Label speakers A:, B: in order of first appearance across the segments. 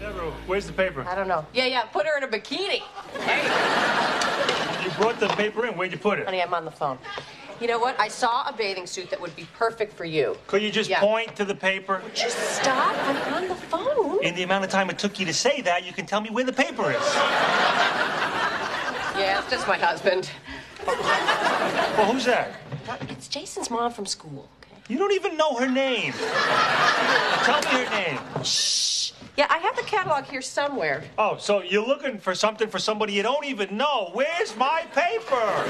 A: through. Where's the paper?
B: I don't know.
C: Yeah, yeah, put her in a bikini.
A: You brought the paper in. Where'd you put it?
B: Honey, I'm on the phone.
C: You know what? I saw a bathing suit that would be perfect for you.
A: Could you just
C: Yeah.
A: point to the paper?
C: Just stop. I'm on the phone.
A: In the amount of time it took you to say that, you can tell me where the paper is.
C: Yeah, it's just my husband.
A: Well, who's that?
C: It's Jason's mom from school. Okay.
A: You don't even know her name. tell me her name.
C: Yeah, I have the catalog here somewhere.
A: Oh, so you're looking for something for somebody you don't even know. Where's my paper?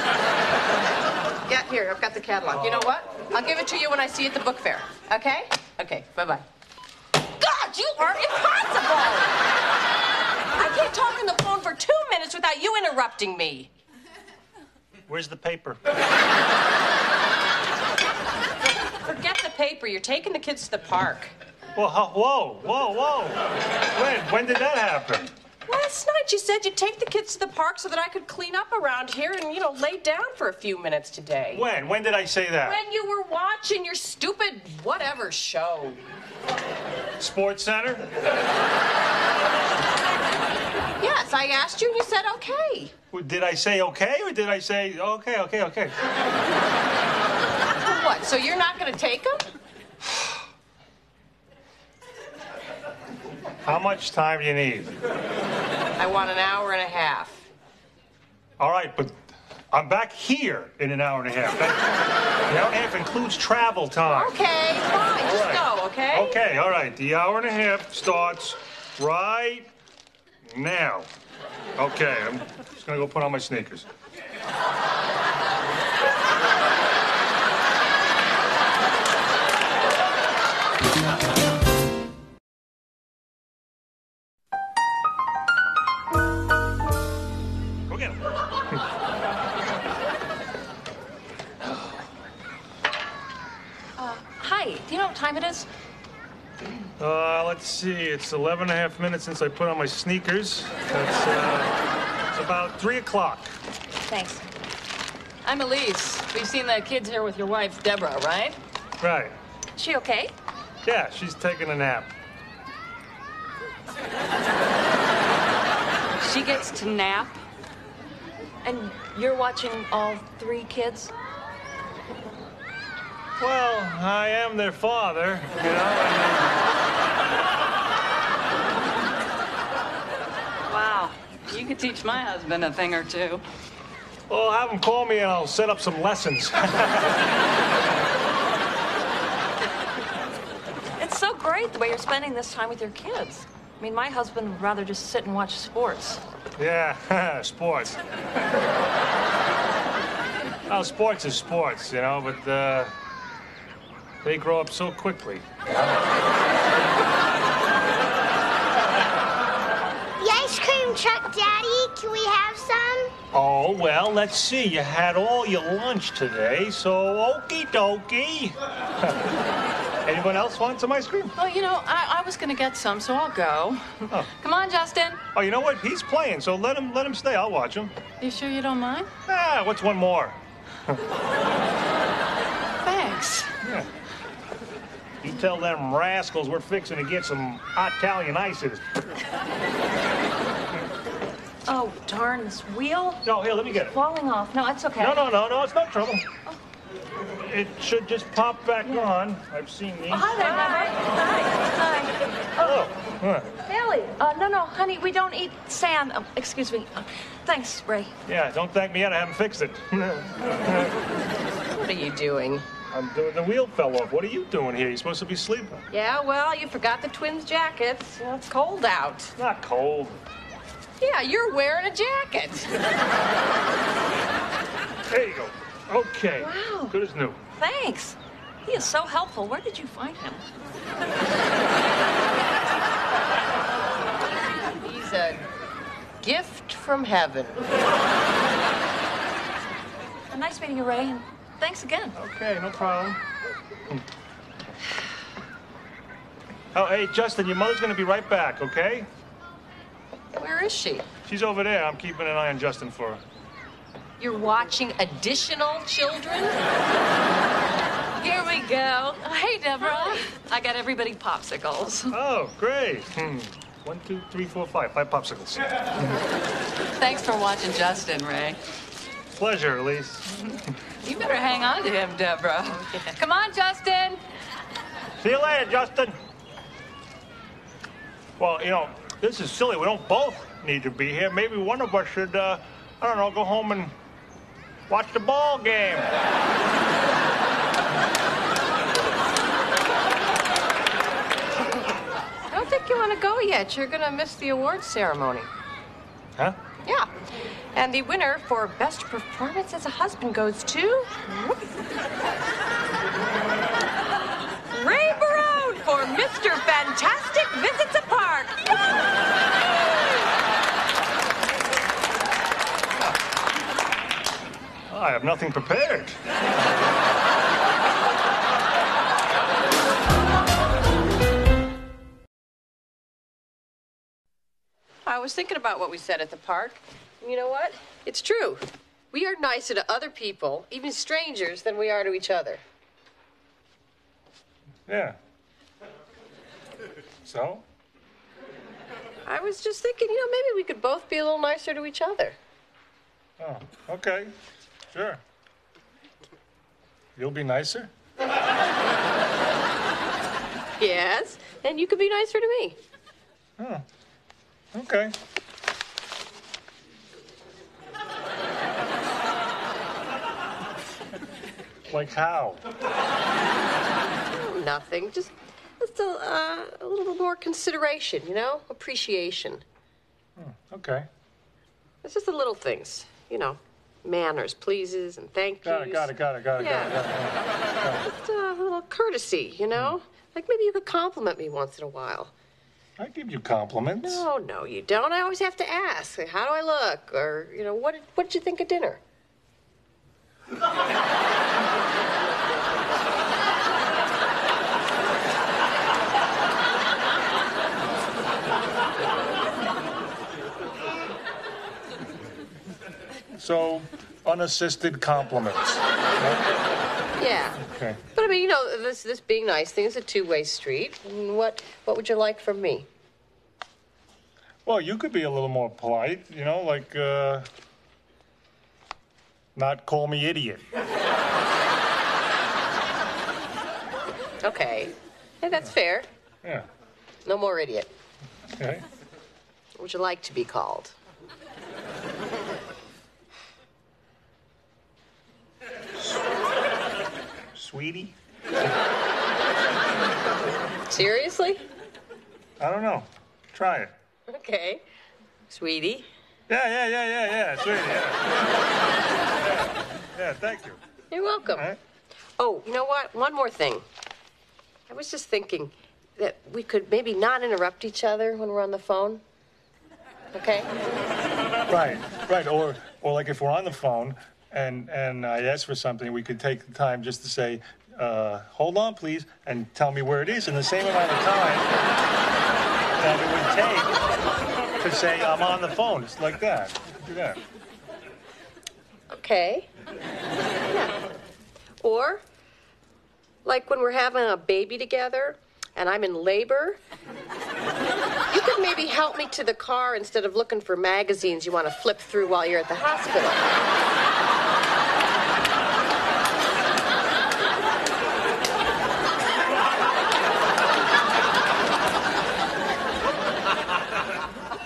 C: Yeah, here, I've got the catalog. You know what? I'll give it to you when I see you at the book fair. Okay? Okay, bye bye. God, you are impossible! I can't talk on the phone for two minutes without you interrupting me.
A: Where's the paper?
C: Forget the paper. You're taking the kids to the park.
A: Well, huh, whoa, whoa, whoa. When? When did that happen?
C: Last night you said you'd take the kids to the park so that I could clean up around here and, you know, lay down for a few minutes today.
A: When? When did I say that?
C: When you were watching your stupid whatever show.
A: Sports Center?
C: Yes, I asked you and you said okay.
A: Did I say okay or did I say okay, okay, okay?
C: What? So you're not going to take them?
A: How much time do you need?
C: I want an hour and a half.
A: All right, but I'm back here in an hour and a half. That, an hour and a half includes travel time.
C: Okay, fine.
A: All
C: Just
A: right.
C: go, okay?
A: Okay, all right. The hour and a half starts right now. Okay, I'm just gonna go put on my sneakers. Go get 'em.
C: Hi, do you know what time it is?
A: Uh, let's see, it's 11 and a half minutes since I put on my sneakers. That's uh, it's about 3 o'clock.
D: Thanks. I'm Elise. We've seen the kids here with your wife, Deborah, right?
A: Right.
D: She okay?
A: Yeah, she's taking a nap.
D: She gets to nap.
E: And you're watching all three kids?
A: Well, I am their father, you know. I
D: Wow. You could teach my husband a thing or two.
A: mean, well, have them call me and I'll set up some lessons.
E: It's so great the way you're spending this time with your kids. I mean, my husband would rather just sit and watch sports.
A: yeah, sports. Well, sports is sports, you know, but uh, they grow up so quickly.
F: The ice cream truck, Daddy. Can we have some?
A: Oh, well, let's see. You had all your lunch today, so okie dokie. Anyone else want some ice cream?
D: Well, you know, I, I was gonna get some, so I'll go. Come on, Justin.
A: Oh, you know what? He's playing, so let him let him stay. I'll watch him.
D: You sure you don't mind?
A: Ah, what's one more?
D: Thanks.
A: You tell them rascals we're fixing to get some Italian ices.
E: Oh, darn, this wheel
A: No, here, let me get it.
E: falling off. No, it's okay.
A: No, no, no, no, it's no trouble. It should just pop back on. I've seen these.
E: Hi there, Maverick.
A: Oh, huh.
E: Hi. Billy. Uh, no, no, honey, we don't eat sand. Um, excuse me. Uh, thanks, Ray.
A: yeah, don't thank me yet. I haven't fixed it.
C: What are you doing?
A: I'm doing the wheel fell off. What are you doing here? You're supposed to be sleeping.
C: Yeah, well, you forgot the twins' jackets. Well, it's cold out.
A: Not cold.
C: Yeah, you're wearing a jacket.
A: There you go. Okay.
E: Wow.
A: Good as new.
E: Thanks. He is so helpful. Where did you find him?
C: He's a gift from heaven.
E: Uh, nice meeting you, Ray, and thanks again.
A: Okay, no problem. Oh, hey, Justin, your mother's gonna be right back, okay?
C: Where is she?
A: She's over there. I'm keeping an eye on Justin for her.
C: You're watching additional children?
D: Here we
E: Uh,
D: go. Hey, Deborah. I got everybody popsicles.
A: Oh, great. Hmm. One, two, three, four, five. Five popsicles.
D: Thanks for watching Justin, Ray.
A: Pleasure, Elise.
D: You better hang on to him, Deborah. Come on, Justin.
A: See you later, Justin. Well, you know, this is silly. We don't both need to be here. Maybe one of us should, uh, I don't know, go home and watch the ball game.
C: I don't think you want to go yet. You're going to miss the award ceremony.
A: Huh?
C: Yeah. And the winner for best performance as a husband goes to Ray Barone for Mr. Fantastic Visits a Park.
A: I have nothing prepared.
C: I was thinking about what we said at the park. You know what? It's true. We are nicer to other people, even strangers, than we are to each other.
A: Yeah. So?
C: I was just thinking, you know, maybe we could both be a little nicer to each other.
A: Oh, okay. Sure. You'll be nicer?
C: Yes, and you could be nicer to me.
A: Okay. like how?
C: Nothing. Just, just a, uh, a little more consideration, you know? Appreciation.
A: Okay.
C: It's just the little things, you know. Manners, pleases, and thank yous.
A: Got it, got it, got it, got it, got it, got it.
C: Just uh, a little courtesy, you know? Like maybe you could compliment me once in a while.
A: I give you compliments.
C: Oh, no, you don't. I always have to ask, like, how do I look? Or, you know, what did, what did you think of dinner?
A: So, unassisted compliments.
C: Yeah.
A: Okay.
C: But I mean, you know, this this being nice thing is a two way street. And what what would you like from me?
A: Well, you could be a little more polite, you know, like, uh, not call me idiot.
C: Okay. Hey, that's fair.
A: Yeah.
C: No more idiot.
A: Okay.
C: What would you like to be called?
A: Sweetie?
C: Seriously?
A: I don't know. Try it.
C: Okay. Sweetie.
A: Yeah, yeah, yeah, yeah, yeah. Sweetie, yeah. yeah. Yeah, thank you.
C: You're welcome.
A: All right.
C: Oh, you know what? One more thing. I was just thinking that we could maybe not interrupt each other when we're on the phone. Okay?
A: Right, right. Or, or like if we're on the phone and and I ask for something, we could take the time just to say, uh, "Hold on, please," and tell me where it is in the same amount of time that it would take to say I'm on the phone. It's like that. Do that.
C: Okay. Yeah. Or, like when we're having a baby together and I'm in labor, you could maybe help me to the car instead of looking for magazines you want to flip through while you're at the hospital.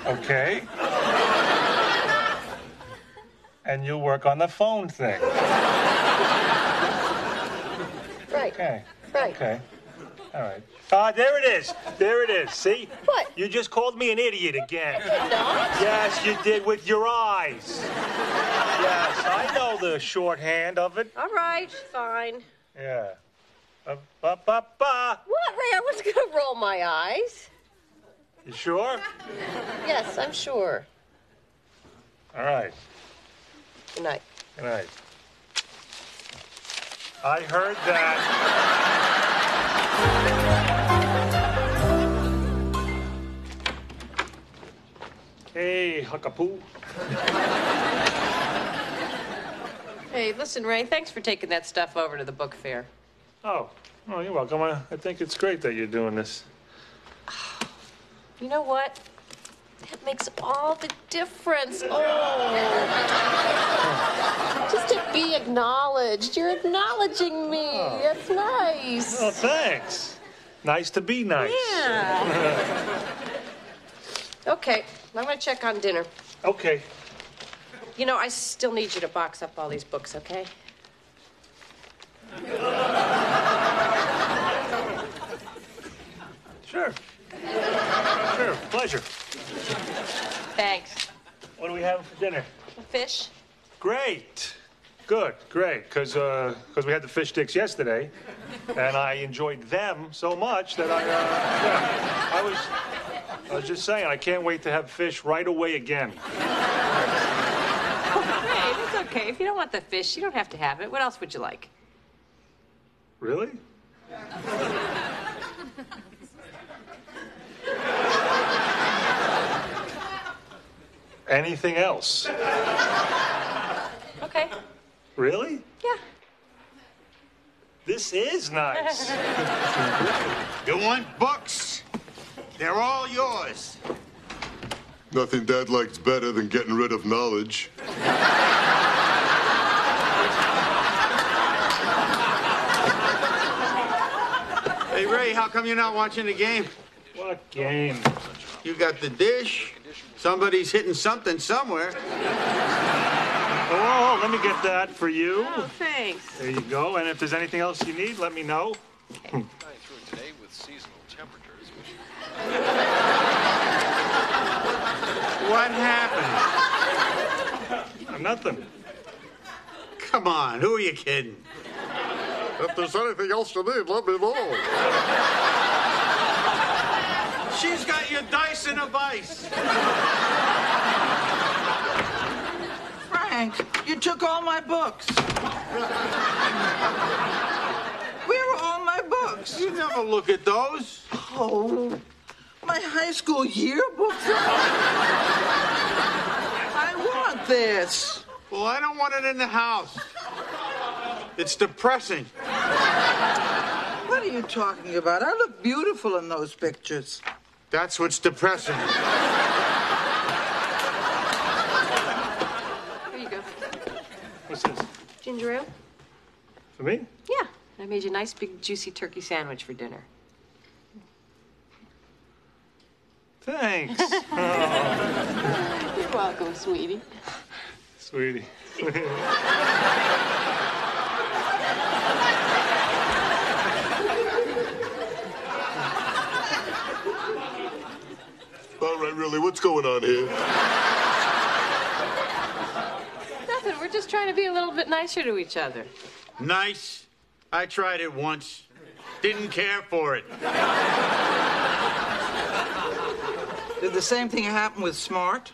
A: Okay. And you'll work on the phone thing.
C: Right.
A: Okay.
C: Right.
A: Okay. All right. Ah, there it is. There it is. See?
C: What?
A: You just called me an idiot again.
C: No?
A: Yes, you did with your eyes. Yes, I know the shorthand of it.
C: All right, fine.
A: Yeah. Up, up, up, up.
C: What, Ray? I wasn't going to roll my eyes.
A: You sure?
C: Yes, I'm sure.
A: All right.
C: Good night.
A: All right. I heard that. Hey, Huckapoo.
C: Hey, listen, Ray, thanks for taking that stuff over to the book fair.
A: Oh, oh, you're welcome. I, I think it's great that you're doing this.
E: You know what? That makes all the difference. Oh. Just to be acknowledged. You're acknowledging me. That's nice.
A: Oh, thanks. Nice to be nice.
E: Yeah. okay, I'm gonna check on dinner.
A: Okay.
E: You know, I still need you to box up all these books, okay?
A: Sure. Sure. Pleasure.
E: Thanks.
A: What do we have for dinner?
E: Fish?
A: Great. Good, great. Because we had the fish sticks yesterday, and I enjoyed them so much that I, uh, yeah, I was, I was just saying, I can't wait to have fish right away again.
E: Hey, that's okay. If you don't want the fish, you don't have to have it. What else would you like?
A: Really? Anything else?
E: Okay.
A: Really?
E: Yeah.
A: This is nice.
B: You want books? They're all yours.
G: Nothing Dad likes better than getting rid of knowledge.
B: Hey, Ray, how come you're not watching the game?
A: What game?
B: You got the dish. Somebody's hitting something somewhere.
A: Oh, let me get that for you.
E: Oh, thanks.
A: There you go. And if there's anything else you need, let me know.
H: flying through today with seasonal temperatures, which
B: What happened?
A: Nothing.
B: Come on, who are you kidding?
G: If there's anything else you need, let me know.
B: She's got your dice in a vice.
I: Frank, you took all my books. Where are all my books?
B: You never look at those.
I: Oh, my high school yearbooks. I want this.
B: Well, I don't want it in the house. It's depressing.
I: What are you talking about? I look beautiful in those pictures.
B: That's what's depressing.
E: Here you go.
A: What's this?
E: Ginger ale?
A: For me?
E: Yeah. I made you a nice big juicy turkey sandwich for dinner.
A: Thanks,
E: You're welcome, sweetie.
A: sweetie.
G: All right, really, what's going on here?
E: Nothing. We're just trying to be a little bit nicer to each other.
B: Nice. I tried it once. Didn't care for it.
I: Did the same thing happen with Smart?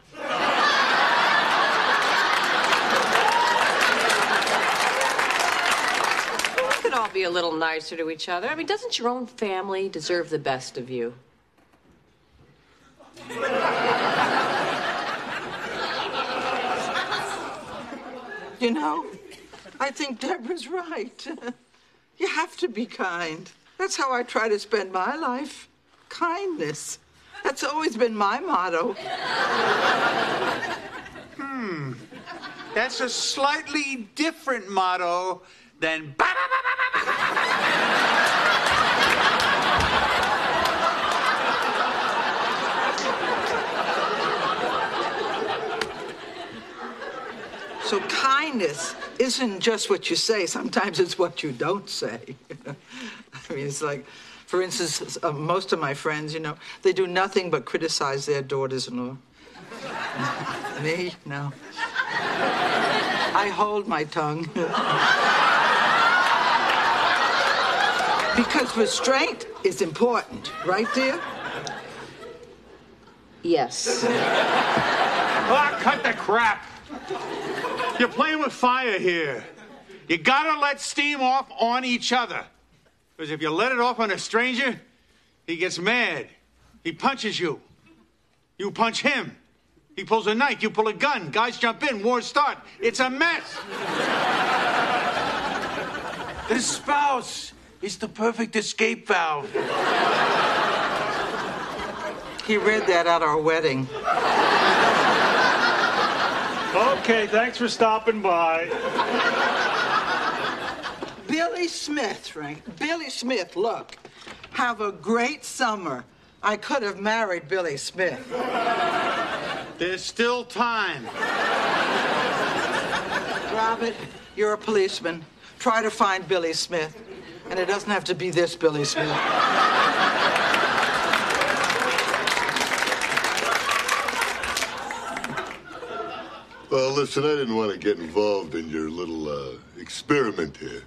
E: We could all be a little nicer to each other. I mean, doesn't your own family deserve the best of you?
I: You know, I think Deborah's right. you have to be kind. That's how I try to spend my life. Kindness. That's always been my motto.
B: That's a slightly different motto than. ba- ba- ba- ba- ba- ba-
I: So kindness isn't just what you say, sometimes it's what you don't say. I mean, it's like, for instance, uh, most of my friends, you know, they do nothing but criticize their daughters in law. Me? No. I hold my tongue. because restraint is important, right, dear?
E: Yes.
B: Ah, cut the crap. You're playing with fire here. You gotta let steam off on each other. Because if you let it off on a stranger, he gets mad. He punches you. You punch him. He pulls a knife, you pull a gun. Guys jump in, wars start. It's a mess. the spouse is the perfect escape valve.
I: He read that at our wedding.
A: Okay, thanks for stopping by.
I: Billy Smith, Frank. Billy Smith, look. Have a great summer. I could have married Billy Smith.
B: There's still time.
I: Robert, you're a policeman. Try to find Billy Smith. And it doesn't have to be this Billy Smith.
G: Well, listen, I didn't want to get involved in your little uh, experiment here.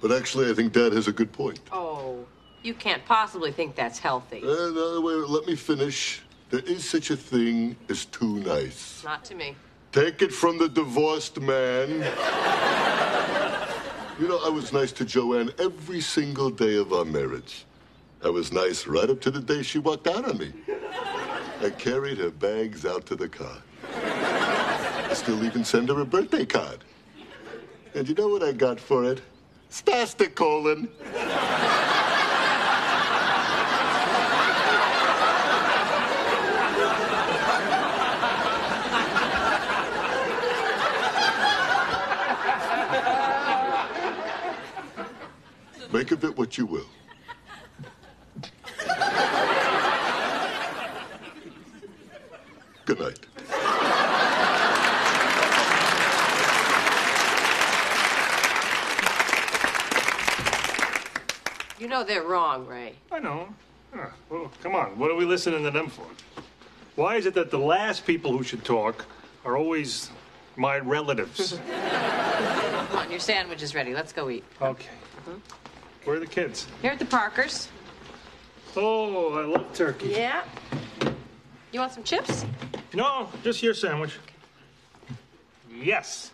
G: But actually, I think Dad has a good point.
E: Oh, you can't possibly think that's healthy.
G: Uh, no, wait, let me finish. There is such a thing as too nice.
E: Not to me.
G: Take it from the divorced man. you know, I was nice to Joanne every single day of our marriage. I was nice right up to the day she walked out on me. I carried her bags out to the car. I still even send her a birthday card. And you know what I got for it? Stastacolin. Make of it what you will. Good night.
E: You know they're wrong, Ray.
A: I know. Yeah, well, come on, what are we listening to them for? Why is it that the last people who should talk are always my relatives?
E: Come on, your sandwich is ready. Let's go eat.
A: okay. Where are the kids?
E: Here at the Parkers.
A: Oh, I love turkey.
E: Yeah. You want some chips?
A: No, just your sandwich. Yes.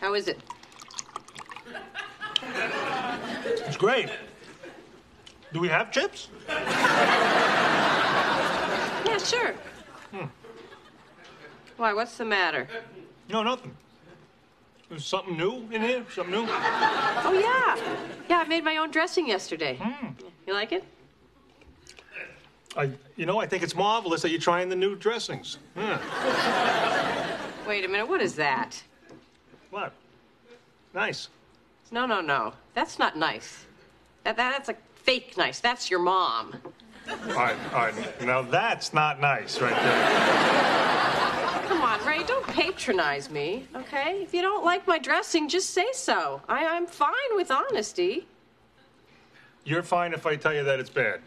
E: How is it?
A: It's great. Do we have chips?
E: Yeah, sure. Hmm. Why, what's the matter?
A: No, nothing. There's something new in here? Something new?
E: Oh, yeah. Hmm. Yeah, I made my own dressing yesterday. You like it?
A: I, you know, I think it's marvelous that you're trying the new dressings. Yeah.
E: Wait a minute, what is that?
A: What? Nice.
E: No, no, no. That's not nice. That, that, that's like fake nice. That's your mom.
A: All right, all right. Now that's not nice right there.
E: Come on, Ray, don't patronize me, okay? If you don't like my dressing, just say so. I, I'm fine with honesty.
A: You're fine if I tell you that it's bad.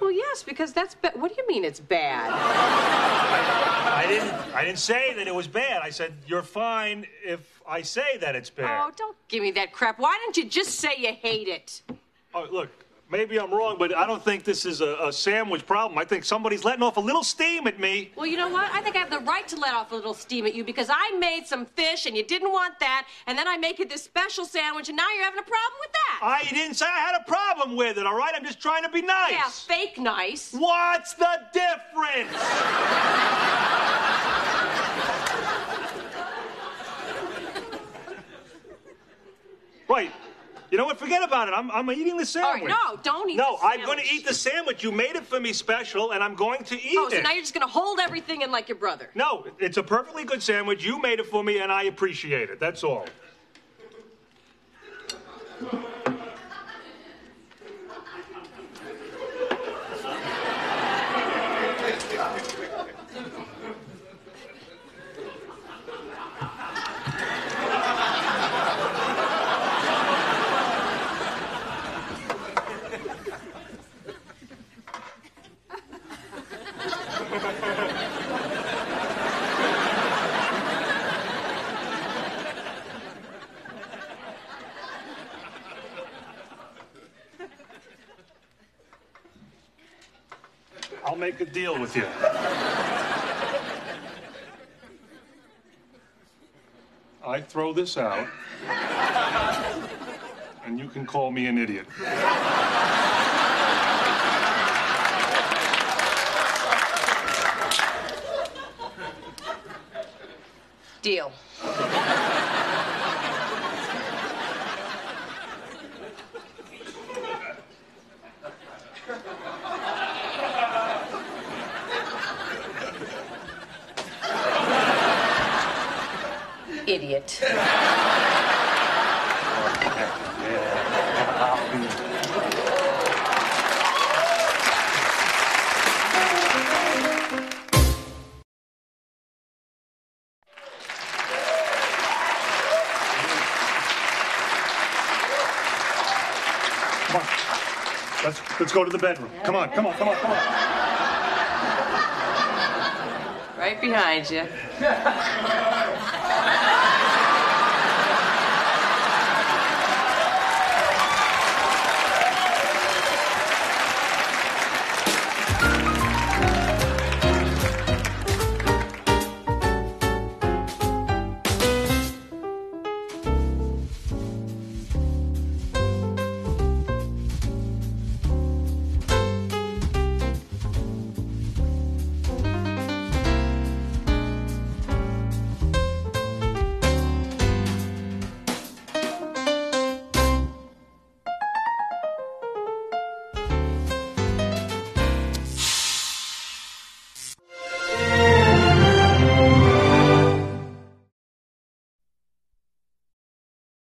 E: Well, yes, because that's ba- what do you mean it's bad?
A: I didn't I didn't say that it was bad. I said you're fine if I say that it's
E: Oh,
A: bad.
E: don't give me that crap. Why don't you just say you hate it?
A: Oh, look, maybe I'm wrong, but I don't think this is a, a sandwich problem. I think somebody's letting off a little steam at me.
E: Well, you know what? I think I have the right to let off a little steam at you because I made some fish and you didn't want that, and then I make you this special sandwich, and now you're having a problem with that.
A: I didn't say I had a problem with it, all right? I'm just trying to be nice.
E: yeah, fake nice.
A: What's the difference? right. You know what? Forget about it. I'm, I'm eating the
E: All right,
A: sandwich.
E: no, don't eat
A: No,
E: the
A: I'm going to
E: sandwich.
A: eat the sandwich. You made it for me special, and I'm going to eat
E: Oh, so
A: it.
E: now you're just gonna hold everything in like your brother.
A: No, it's a perfectly good sandwich. You made it for me, and I appreciate it. That's all. I'll make a deal with you. I throw this out, and you can call me an idiot.
E: Deal. it.
A: Come on. Let's, let's go to the bedroom. Come on, come on, come on, come on.
D: Right behind you.